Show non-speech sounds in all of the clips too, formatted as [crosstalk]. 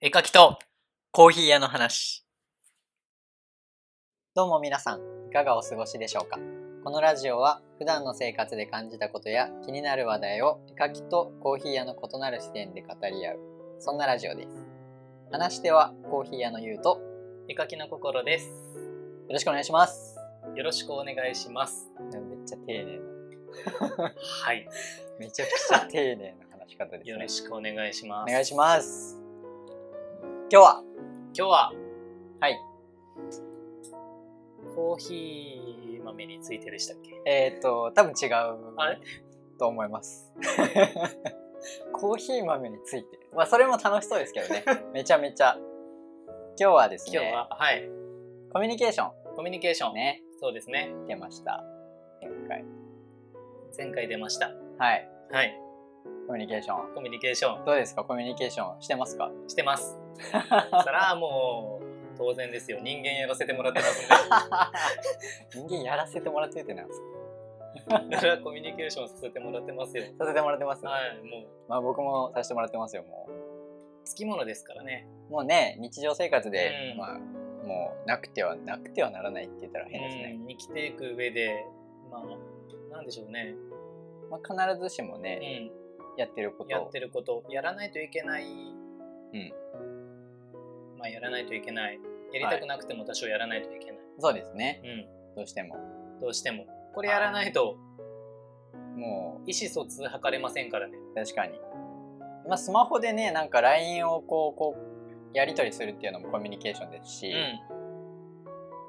絵描きとコーヒー屋の話。どうも皆さん、いかがお過ごしでしょうかこのラジオは普段の生活で感じたことや気になる話題を絵描きとコーヒー屋の異なる視点で語り合う、そんなラジオです。話し手はコーヒー屋のゆうと、よ絵描きの心です。ろしくお願いします。よろしくお願いします。でもめっちゃ丁寧な、はい。めちゃくちゃ丁寧な話し方ですよねろ。しくお願いしまおす。願いします。今日は、今日は、はい、コーヒー豆についてでしたっけえっ、ー、と、多分違うあれと思います。 [laughs] コーヒー豆について。まあ、それも楽しそうですけど [laughs] ね。めちゃめちゃ。今日はですね、今日は、はい。コミュニケーショコミュニケーション。ンね、そうですね。出ました。前回。前回出ました。はい、はい。コミュニケーション。コミュニケーショどうですかコミュニケーションしてます [laughs] かンして [laughs] ます。そらもう、当然ですよ。人間やらせてもらってますんで。人間やらせてもらってるってなんです [laughs] だからコミュニケーションさせてもらってますよ。かさせてもらってます、はい。もう、まあ僕もさせてもらってますよ、もつきものですからね。う。もうね、日常生活で、うんまあ、もうなくてはなくてはならないって言ったら変ですね。うん生きていく上で、まあ、なんでしょうね。まあ、必ずしもうね、ん。やってることやってることやらないといけない、まあやらないといけないやりたくなくても多少やらないといけない、そうですねうどうしてもん、どうしてもこれやらないとも意思疎通図れませんからねう確かに、まあ、スマホでねなんか LINE をこうこうやり取りするっていうのもコミュニケーションですし、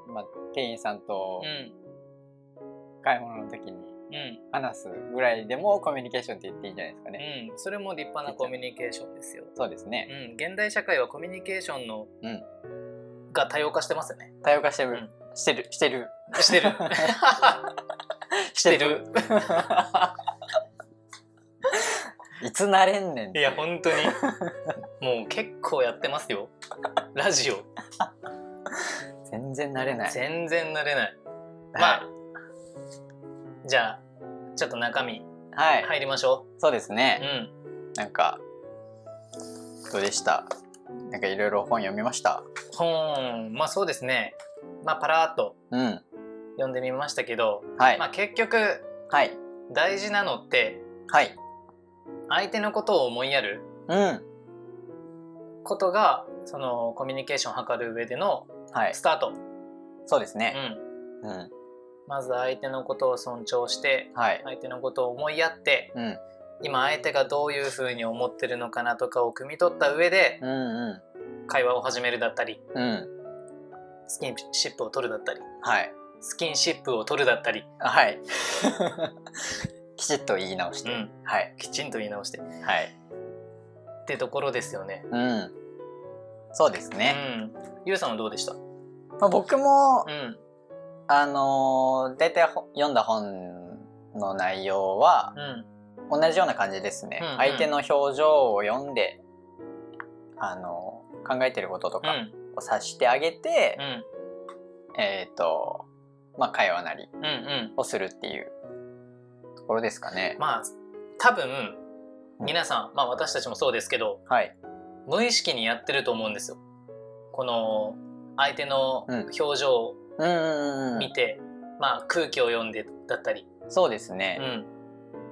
うまあ、店員さんとんうん買い物の時にう話すぐらいでもコミュニケーションって言っていいんじゃないですかね、ん、うん、それも立派なコミュニケーションですよ、そうですうねん、現代社会はコミュニケーションの、うが多様化してますよね多様化してる、うんしてるしてるしてるしてる [laughs] いつなれんねんっ [laughs] いてや本 [laughs] 当にもう結構やってますよラジオ全然なれない全然慣れないまはあじゃあちょっと中身い、はい入りましょそうですね、う、うんなんかどうでしたなんかいろいろ本読みました本まあそうですねまあパラーっとうん読んでみましたけど、はい、まあ、結局はい大事なのってはい相手のことを思いやるうんことがそのコミュニケーションを図る上でのはいスタート、そうですうねん、うん、まず相手のことを尊重してはい相手のことを思いやってうん今相手がどういうふうに思ってるのかなとかを汲み取った上でうんう会話を始めるだったりんうんスキンシップを取るだったりはいスキンシップを取るだったり、はい [laughs] きちっと言い直して、うんはいきちんと言い直してっはいてところですよね。うんそうですね、うん、ゆうさんはどうでした？うまあ、僕もん、あのー、大体ほ読んだ本の内容はうん、同じような感じですね、うんうん相手の表情を読んであの考えてることとうかん、を察してあげてう、ん、えっ、とまあ会話なりうん、うん。をするっていうところですかね、まあ多分皆さん、まあ私たちもそうですけど、はい無意識にやってると思うんですよ。この相手のうん表情をうんうんうんう見んて、まあ空気を読んでだったり、そうですうね、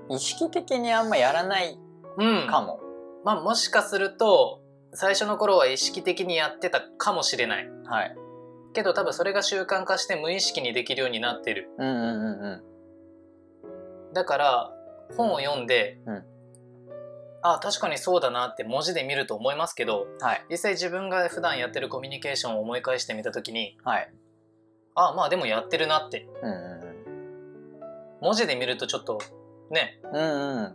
ん、意識的にあんまやらないうん、かも、まあもしかすると最初の頃は意識的にやってたかもしれない。はいけど多分それが習慣化して無意識にできるようになってる。うんうんうんうんだから本を読んで、うんあ確かにそうだなって文字で見ると思いますけどはい実際自分が普段やってるコミュニケーションを思い返してみた時にはいあまあでもやってるなってうんうん文字で見るとちょっとねうん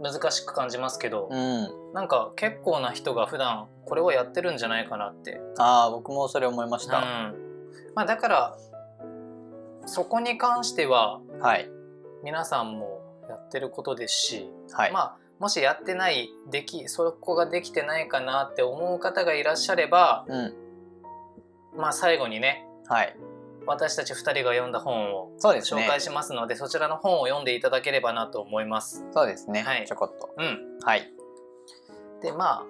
難しく感じますけどう、んうんなんか結構な人が普段これをやってるんじゃないかなって、ああ僕もそれ思いましうんた、まあ、だからそこに関してははい皆さんもやってることですし、はい、まあもしやってないできそこができてないかなって思う方がいらっしゃれば、うんまあ、最後にねはい私たち2人が読んだ本をそうです紹ね介しますのでそちらの本を読んでいただければなと思います。そうですね、はいちょこっとうん、はいでまあ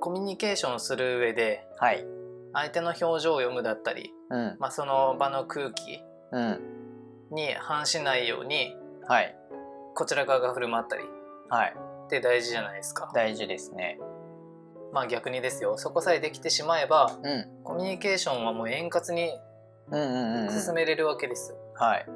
コミュニケーションする上ではい。相手の表情を読むだったり、うん。まあ、その場の空気うん。に反しないようにはい。こちら側が振る舞ったりっはい。て大事じゃないですか。大事ですね。まあ逆にですよそこさえできてしまえばうん。コミュニケーションはもう円滑にうんうんうん。進めれるわけです。はい。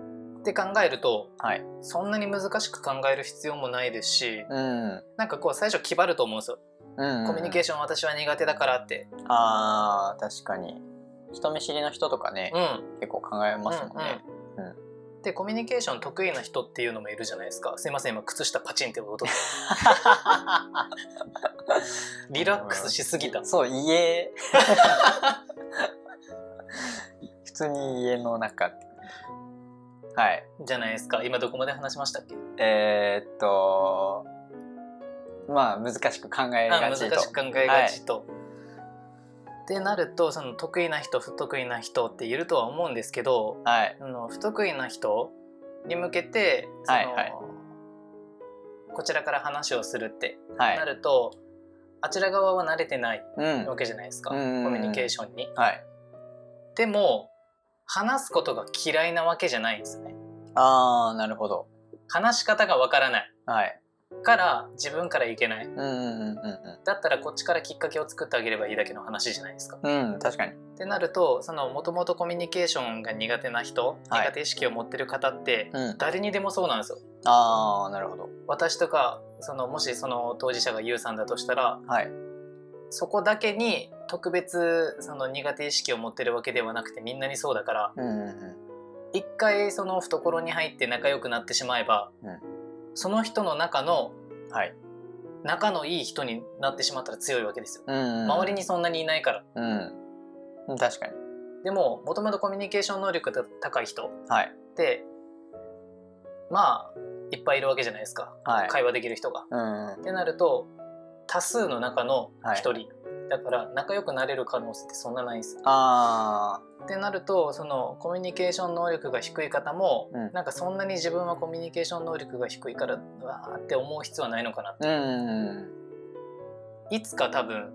って考えるとはい。そんなに難しく考える必要もないですしうん。うんなんかこう最初気張ると思うんですよ。うん、コミュニケーシション私は苦手だからって。ョン。あー、確かに。人見知りの人とかね、うん結構考えますもんね。うんうんでコミュニケーション得意な人っていうのもいるじゃないですかすいません今靴下パチンって音 [laughs] リラックスしすぎたそう、家。 [laughs] 普通に家の中ってはい。じゃないですか今どこまで話しましたっけえー、っと、まあ、難しく考えがあ難しちくと。考えがちと。ってなるとその得意な人不得意な人っているとは思うんですけどはい。あの不得意な人に向けてその、はいはいこちらから話をするっては。ないると、あちら側は慣れてないうん。わけじゃないですか、うんうんうんコミュニケーションに。はい。でも話すことが嫌いなわけじゃないんですよね。あー、なるほど。話し方がわからないはい。から自分からいけないうんうんうんうだったらこっちからきっかけを作ってあげればいいだけの話じゃないですか。んうん。うん、確かに。ってなるとそのもともとコミュニケーションが苦手な人、はい苦手意識を持ってる方ってうん。誰にでもそうなんですよ。あー、なるほど。私とかそのもしその当事者が YOU さんだとしたらはい。そこだけに特別その苦手意識を持ってるわけではなくてみんなにそうだからうんうんうん。一回その懐に入って仲良くなってしまえば、うんその人の中のはい。仲のいい人になってしまったら強いわけですよ。うんうんうん。周りにそんなにいないからうん。うん。確かに。でももともとコミュニケーション能力が高い人っはい。てまあいっぱいいるわけじゃないですかはい。会話できる人が。うんうん。ってなると多数の中の一人、だから仲良くなれる可能性ってそんなないんですよ。あってなるとそのコミュニケーション能力が低い方も、うんなんかそんなに自分はコミュニケーション能力が低いからうわーって思う必要はないのかなー。うん。いつか多分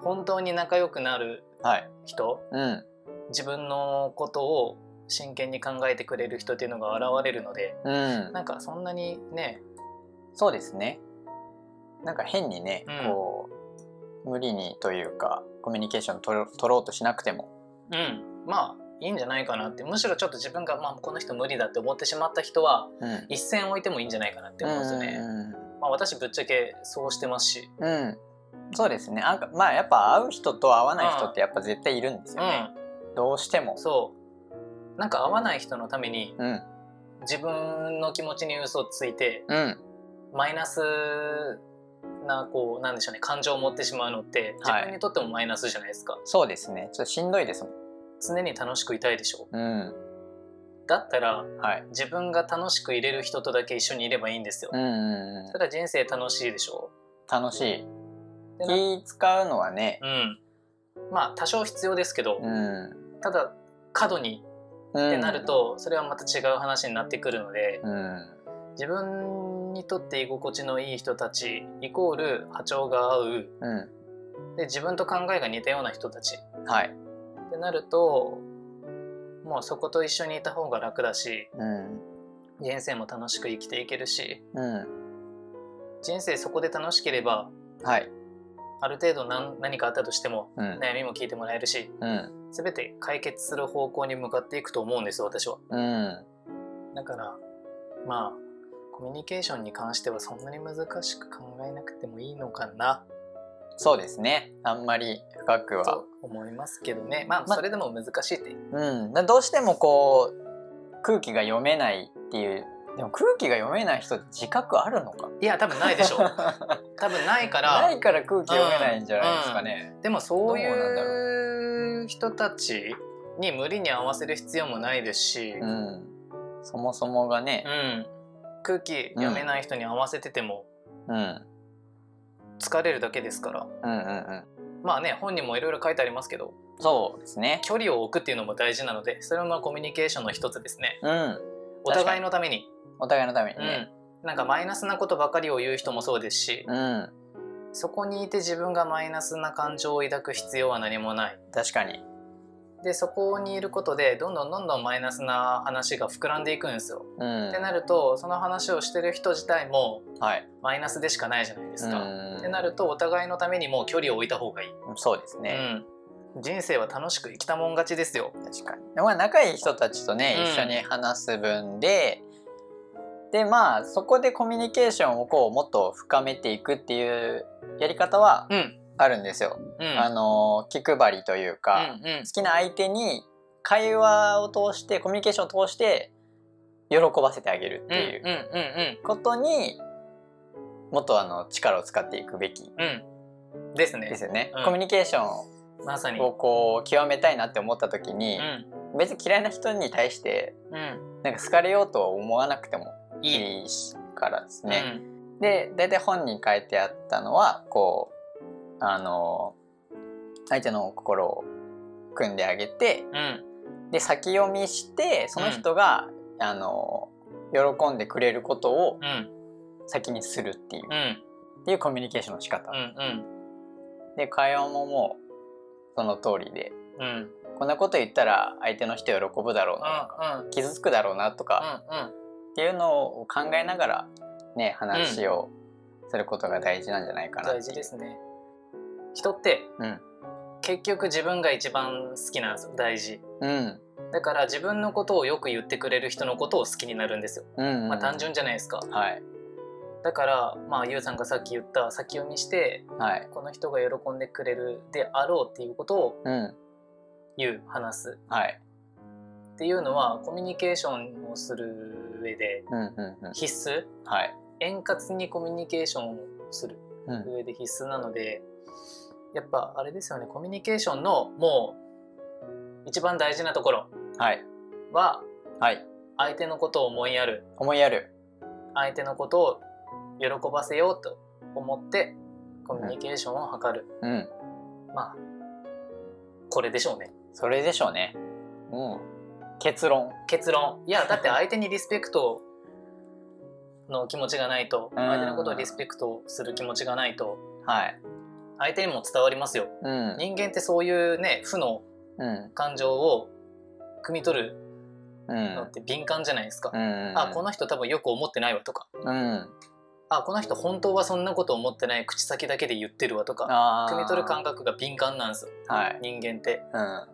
本当に仲良くなるはい。人うん。自分のことを真剣に考えてくれる人っていうのが現れるのでうん。なんかそんなにねそうですね。なんか変にね、うんこう、無理にというか、コミュニケーション取ろ取ろうとしなくても。うんまあいいんじゃないかなってむしろちょっと自分が、まあ、この人無理だって思ってしまった人はうん。一線置いてもいいんじゃないかなって思うんですよね。まあ、私ぶっちゃけそうしてますし、うん。うん。うんそうですね。なんかまあやっぱ会う人と会わない人ってやっぱ絶対いるんですよね。どうしても。そうなんか合わない人のためにうん。自分の気持ちに嘘をついてうん。マイナスなこうなんでしょうね感情を持ってしまうのって自はい分にとってもマイナスじゃないですか、そうですね。ちょっとしんどいですもん。常に楽しくいたいでしょうん。だったらはい。自分が楽しくいれる人とだけ一緒にいればいいんですよ、うんうんうんそし。たら人生楽しいでしょ楽しい。でな気使うのはね。うんまあ多少必要ですけど、うん。ただ過度にっってなる。とそれはまた違う話になってくるので、うん。自分にとって居心地のいい人たちイコール波長が合ううで自分と考えが似たような人たちん。はい。ってなるともうそこと一緒にいた方が楽だしうん。人生も楽しく生きていけるしうん。人生そこで楽しければはい。ある程度何何かあったとしてもうん。悩みも聞いてもらえるしうん。全て解決する方向に向かっていくと思うんです私は。うん。だからまあコミュニケーションに関してはそんなに難しく考えなくてもいいのかなそうですね。あんまり深くはと。思いますけどねまあまそれでも難しいってうん。だどうしてもこう、空気が読めないっていう。でも空気が読めない人って自覚あるのかいや多分ないで [laughs] しょ [laughs] 多分ないかならいから空気読めないんじゃないですかね。でもそうどうなんだいう人たちに無理に合わせる必要もないですし、ううんん。そもそもがね。空気読めない人に合わせててもうん。うん疲れるだけですから、うんうん。まあね本にもいろいろ書いてありますけどそうですね。距離を置くっていうのも大事なのでそれもまあコミュニケーションの一つですねうん。お互いのためにお互いのためにね。うん、なんかマイナスなことばかりを言う人もそうですし、うん。そこにいて自分がマイナスな感情を抱く必要は何もない確かにでそこにいることでどんどんどんどんマイナスな話が膨らんでいくんですよ。うんってなるとその話をしてる人自体もはいマイナスでしかないじゃないですか。うんってなるとお互いのためにもう距離を置いた方がいい。そうですね、うん、人生は楽しく生きたもん勝ちですよ。確かにまあ仲いい人たちとね、うん一緒に話す分ででまあそこでコミュニケーションをこうもっと深めていくっていうやり方はうん、あるんですよ、うん、あの気配りというか、うんうん好きな相手に会話を通してコミュニケーションを通して喜ばせてあげるっていううんうんことにもっとあの力を使っていくべきうんうんうんですでねすよね、うんコミュニケーションまさに。をこう極めたいなって思った時にう、ん別に嫌いな人に対してうんなんか好かれようとは思わなくてもいいいいしからですね、で大体本に書いてあったのはこうあの相手の心を組んであげて、うんうんで先読みしてその人が、あの喜んでくれることをうん先にするっていう,、うんうんっていうコミュニケーションの仕方、うんで会話ももうその通りでうんうんこんなこと言ったら相手の人喜ぶだろうな、う傷つくだろうなとか、んっていうのを考えながらね話をすることが大事なんじゃないかなってい大う事ですね人ってうん、結局自分が一番好きなんですよ大事うんだから自分のことをよく言ってくれる人のことを好きになるんですよ、うんまあ単純じゃないですかはいだからまあゆうさんがさっき言った先読みしてはいこの人が喜んでくれるであろうっていうことをうん言う話すはいっていうのはコミュニケーションをする上でうんうんうん必須はい、円滑にコミュニケーションをするうん、上で必須なのでやっぱあれですよねコミュニケーションのもう一番大事なところはいははい相手のことを思いやる思いやる相手のことを喜ばせようと思ってコミュニケーションを図る、うんまあこれでしょうねそれでしょうね。うん。結論。結論いやだって相手にリスペクトの気持ちがないとん相手のことをリスペクトする気持ちがないとはい。相手にも伝わりますようん。人間ってそういうね負のうん。感情を汲み取るうのんっ。て敏感じゃないですか、うん。あこの人多分よく思ってないわとかうん。あこの人本当はそんなこと思ってない口先だけで言ってるわとかあー汲み取る感覚が敏感なんですよはい。人間ってうん。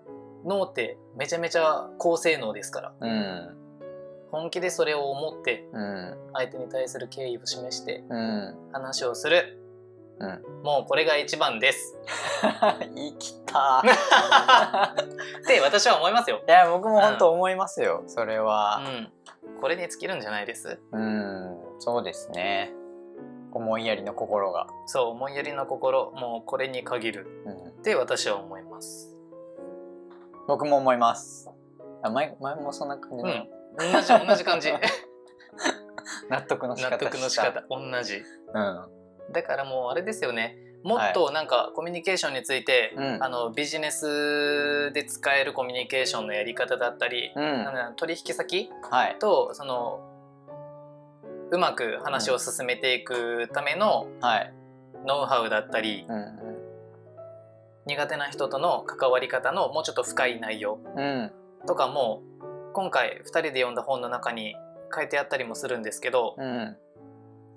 脳ってめちゃめちゃ高性能ですからうん。本気でそれを思ってうん。相手に対する敬意を示してうん。 [laughs] 話をするうもうこれが一番 [laughs] ですん。生きた。 [laughs] って私は思いますよ、いや、僕も本当思いますよ。それうは。ん、これに尽きるんじゃないですうん。そうですね。思いやりの心が。そう思いやりの心もうこれに限るうん。って私は思います僕も思います。あ、前、前もそんな感じうのん。同じ同 [laughs] じ感じ納得の仕方納得の仕した方同じうん。だからもうあれですよねもっとなんかコミュニケーションについて、うんあのビジネスで使えるコミュニケーションのやり方だったり、うなんん。だろう取引先はい。とそのうまく話を進めていくためのはい。ノウハウだったり、うん。う苦手な人との関わり方のもうちょっと深い内容ん。うん。とかも今回2人で読んだ本の中に書いてあったりもするんですけど、うん。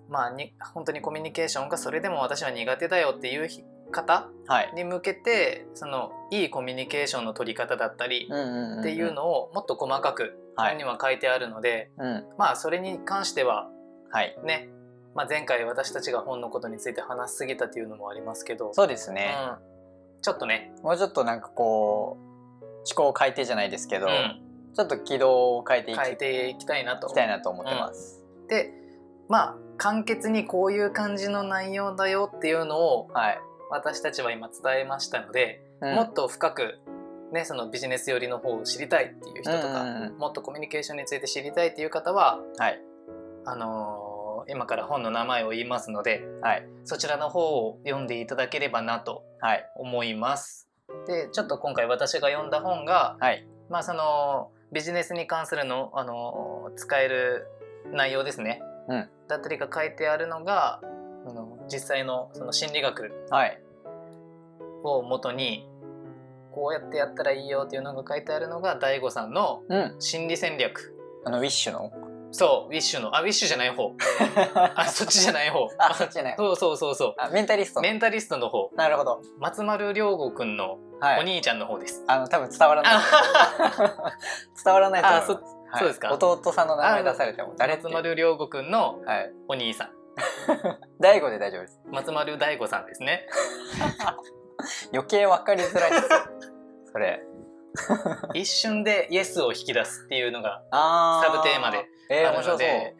まあに本当にコミュニケーションがそれでも私は苦手だよっていう方はい。に向けてそのいいコミュニケーションの取り方だったっりっていう、のをもっと細かくは本いには書いてあるので、うん、まあそれに関してははい、ね、まあ、前回私たちが本のことについて話しすぎたっていうのもありますけど、そうですね、うん、ちょっとね、もうちょっとなんかこう思考を変えてじゃないですけうど、ん、ちょっと軌道を変えていき変えていきたいなといきたいなと思ってます、でまあ簡潔にこういう感じの内容だよっていうのをはい、私たちは今伝えましたので、うんもっと深く、ね、そのビジネス寄りの方を知りたいっていう人とか、うんうんうんもっとコミュニケーションについて知りたいっていう方ははいあのー今から本の名前を言いますのではいそちらの方を読んでいただければなとはい思います。でちょっと今回私が読んだ本が、はいまあ、そのビジネスに関するの、あのー使える内容ですね、うんだったりが書いてあるのがあの実際のその心理学はい。を元にこうやってやったらいいよっていうのが書いてあるのが DAIGO さんのうん。心理戦略あの、ウィッシュの [laughs] そうウィッシュのあウィッシュじゃない方あそっちじゃない方あ、そっちじゃない。そうそうそうそあ、メンタリストうメ。ンタリストの方なるほど。松丸亮吾くんのはおい。兄ちゃんの方です、あの、多分伝わらない。あ [laughs] 伝わらないと思います。あはいそうですか弟さんの名前出されても、誰って [laughs] 松。丸亮吾くんのはい。お兄さん大悟で大丈夫です。松丸大吾さんで [laughs] すね余計分かりづらい [laughs] ですよ。それ。一瞬でイエスを引き出すっていうのがあサブテーマで。えー、面あるの白そで、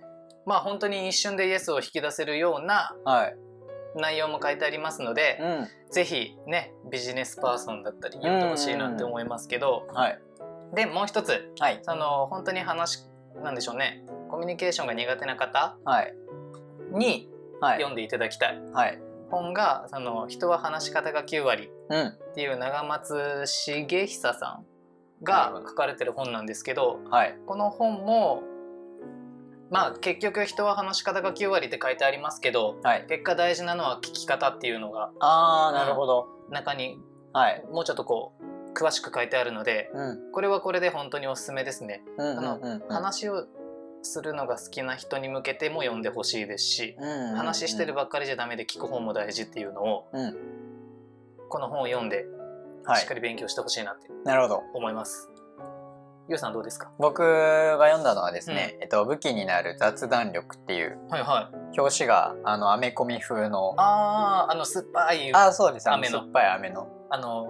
う。まあ本当に一瞬でイエスを引き出せるようなはい。内容も書いてありますので、うん。ぜひねビジネスパーソンだったりやってほしいなって思いますけど、はい。でもう一つはい。その本当に話なんでしょうねコミュニケーションが苦手な方はい。にはい。読んでいただきたい、はい。本がその「人は話し方が9割」うん。っていう長松茂久さんが書かれてる本なんですけどはい。この本もまあ結局人は話し方が9割って書いてありますけどはい。結果大事なのは聞き方っていうのがあー、なるほど。中にはい。もうちょっとこう詳しく書いてあるのでうん。これはこれで本当におすすめですね、うん。うんのうんうん。話をするのが好きな人に向けても読んでほしいですし、うんうん話してるばっかりじゃダメで聞く方も大事っていうのをうん。この本を読んではしっいか。り勉強してほしいなってなるほど。思います、ゆうさんどうですか僕が読んだのはですね、えっと、武器になる雑談力っていうはいはい表紙があのアメコミ風のあーあの酸っぱいああそうですあの飴の酸っぱい飴のの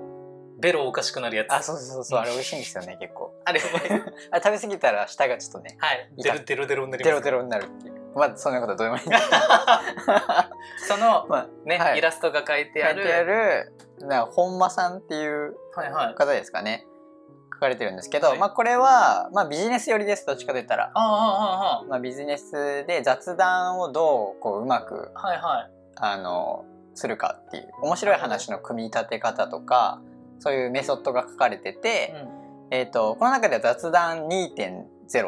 ベロおかしくなるやつあそうそうそうあれ美味しいんですよね結構あれうまい [laughs] ですあ食べ過ぎたら舌がちょっとねはいデロデロデロになりデまロすデロになるっていうまあそんなことはどうで [laughs] もいいんですけどそのまあね、はいイラストが書いて書あいるてあるな本間さんっていうはいはい方ですかね書かれてるんですけど、はいまあこれは、まあ、ビジネス寄りですどっちかと言ったら、ああああああまあ、ビジネスで雑談をどうこううまくはいはい。あのするかっていう面白い話の組み立て方とかそういうメソッドが書かれてて、えー、とこの中では雑談2.0ってうん。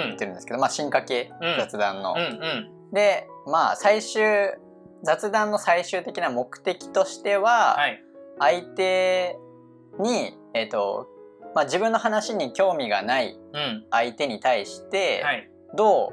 う言っん。てるんですけど、まあ、進化系うん雑談の。うん。でまあ最終雑談の最終的な目的としては、はい。相手に、えーとまあ、自分の話に興味がないうん。相手に対して、はい。ど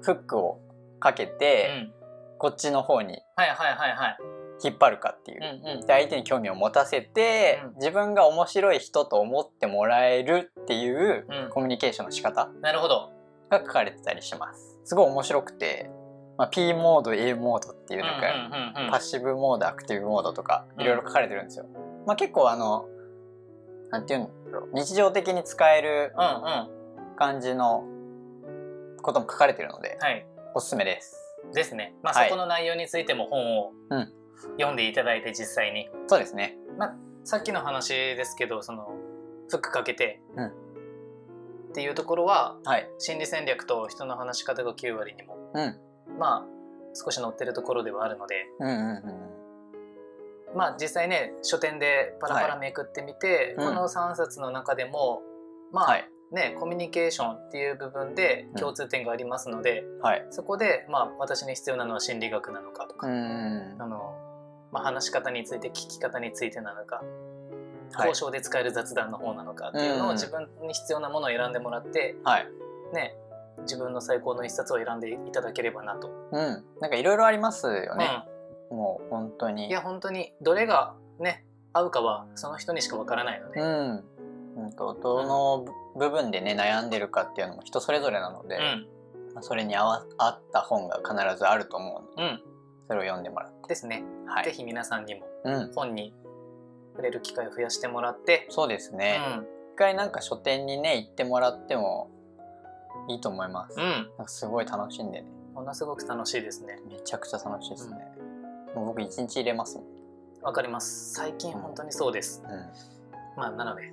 うフックをかけうて、ん。こっちの方にはいはいはいはい。引っ張るかっていううん。うん。で相手に興味を持たせて、うん自分が面白い人と思ってもらえるっていううんコミュニケーションの仕方なるほど。が書かれてたりしますすごい面白くて、まあ、P モード A モードっていううん。うん。うなんんか、パッシブモードアクティブモードとかいろいろ書かれてるんですよ、まあ、結構あのなんていうんだろう日常的に使えるうん。うん。感じのことも書かれてるのではい。おすすめですですね。まあ、はいそこの内容についても本をうん読んでいただいて実際に。そうですねさっきの話ですけど、その、フックかけて、うんっていうところは、はい心理戦略と人の話し方が9割にも、うんまあ、少し載ってるところではあるので、うんうんうんまあ実際ね書店でパラパラめくってみて、はいうんこの3冊の中でもまあ、はいねコミュニケーションっていう部分でん共通点がありますので、はいそこでまあ私に必要なのは心理学なのかとうか、んあのまあ、話し方について聞き方についてなのか、はい交渉で使える雑談の方なのかっていうのうをん自分に必要なものを選んでもらって、はいね自分の最高の一冊を選んでいただければなと。うん、なんかいろいろありますよね、うもう本当んにいや本当にどれがね合うかはその人にしかわからないので。うん、うんとどの部分でね悩んでるかっていうのも人それぞれなので、うんまあそれに合わ合った本が必ずあると思うのでうん、それを読んでもらうですね、はいぜひ皆さんにもうん本に触れる機会を増やしてもらって、そうですうね、ん一回なんか書店にね行ってもらってもいいと思います、うん、なんかすごい楽しんでねものすごく楽しいですねめちゃくちゃ楽しいですね、もう僕一日入れますもん、わかります最近本当にそうです、うん、まあなので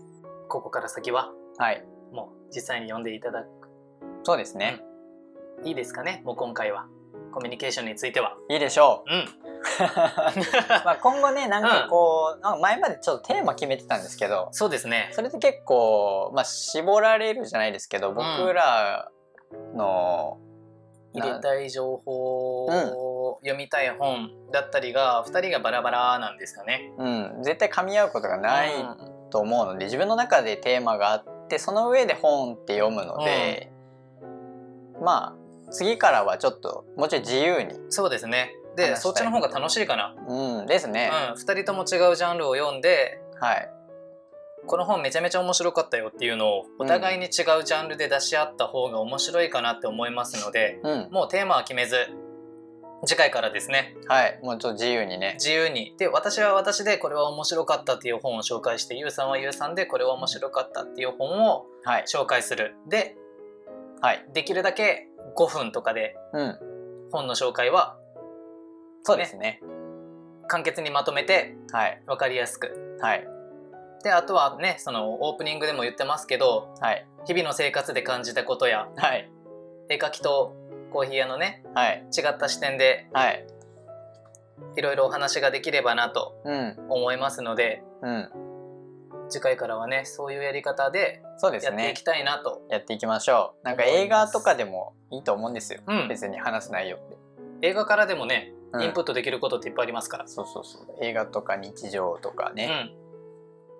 ここから先ははいもう実際に読んでいただくそうですね、いいですかねもう今回はコミュニケーションについてはいいでしょう [laughs] うんまあ今後ねなんかこう、なんか前までちょっとテーマ決めてたんですけどそうですねそれって結構、まあ、絞られるじゃないですけど僕らの、入れたい情報を読みたい本だったりが2人がバラバラなんですよね。うん、絶対噛み合うことがないうんと思うので自分の中でテーマがあってその上で本って読むので、まあ次からはちょっともうちょい自由に、そうですね話したでいそっちの方が楽しいかな、うん、ですね、うん、2人とも違うジャンルを読んではい、この本めちゃめちゃ面白かったよっていうのをお互いに違うジャンルで出し合った方が面白いかなって思いますのでうんもうテーマは決めず次回からですねはい、もうちょっと自由にね自由にで私は私でこれは面白かったっていう本を紹介してゆうさんはゆうさんでこれは面白かったっていう本をはい紹介するではい、できるだけ5分とかでうん、本の紹介はそうですね簡潔にまとめてはい分かりやすくはいであとはねそのオープニングでも言ってますけどはい日々の生活で感じたことやはい絵描きとコーヒー屋のねはい違った視点ではいいろいろお話ができればなとうん思いますのでうん次回からはねそういうやり方でそうですやっていねきたいなと、やっていきましょうなんか映画とかでもいいと思うんですよ、うん別に話す内容って、映画からでもねうんインプットできることっていっぱいありますから、そうそうそう映画とか日常とかうね、ん、なん、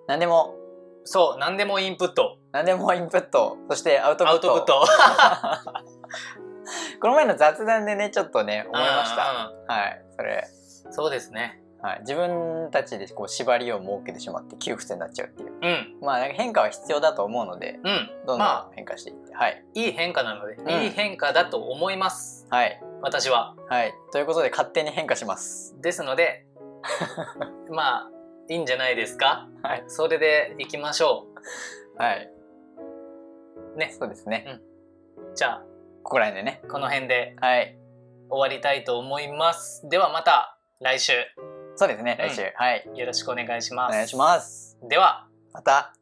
何でもそう何でもインプット何でもインプットそしてアウトプアッウトトプット [laughs] この前の雑談でねちょっとね思いましたうんうんはいそれ、うんそうですねはい、自分たちでこう縛りを設けてしまって窮屈になっちゃうっていううんまあなんか変化は必要だと思うのでうんどんどまん変化していって、はいいい変化なので、んいい変化だと思いますはい私ははいということで勝手に変化しますです [laughs] のでまあいいんじゃないですかはいそれでいきましょはいねそうですねうじゃあここら辺でねこの辺ではい終わりたいと思いますではまた来週そうですね来週、はいよろしくお願いしおます願いしますではまた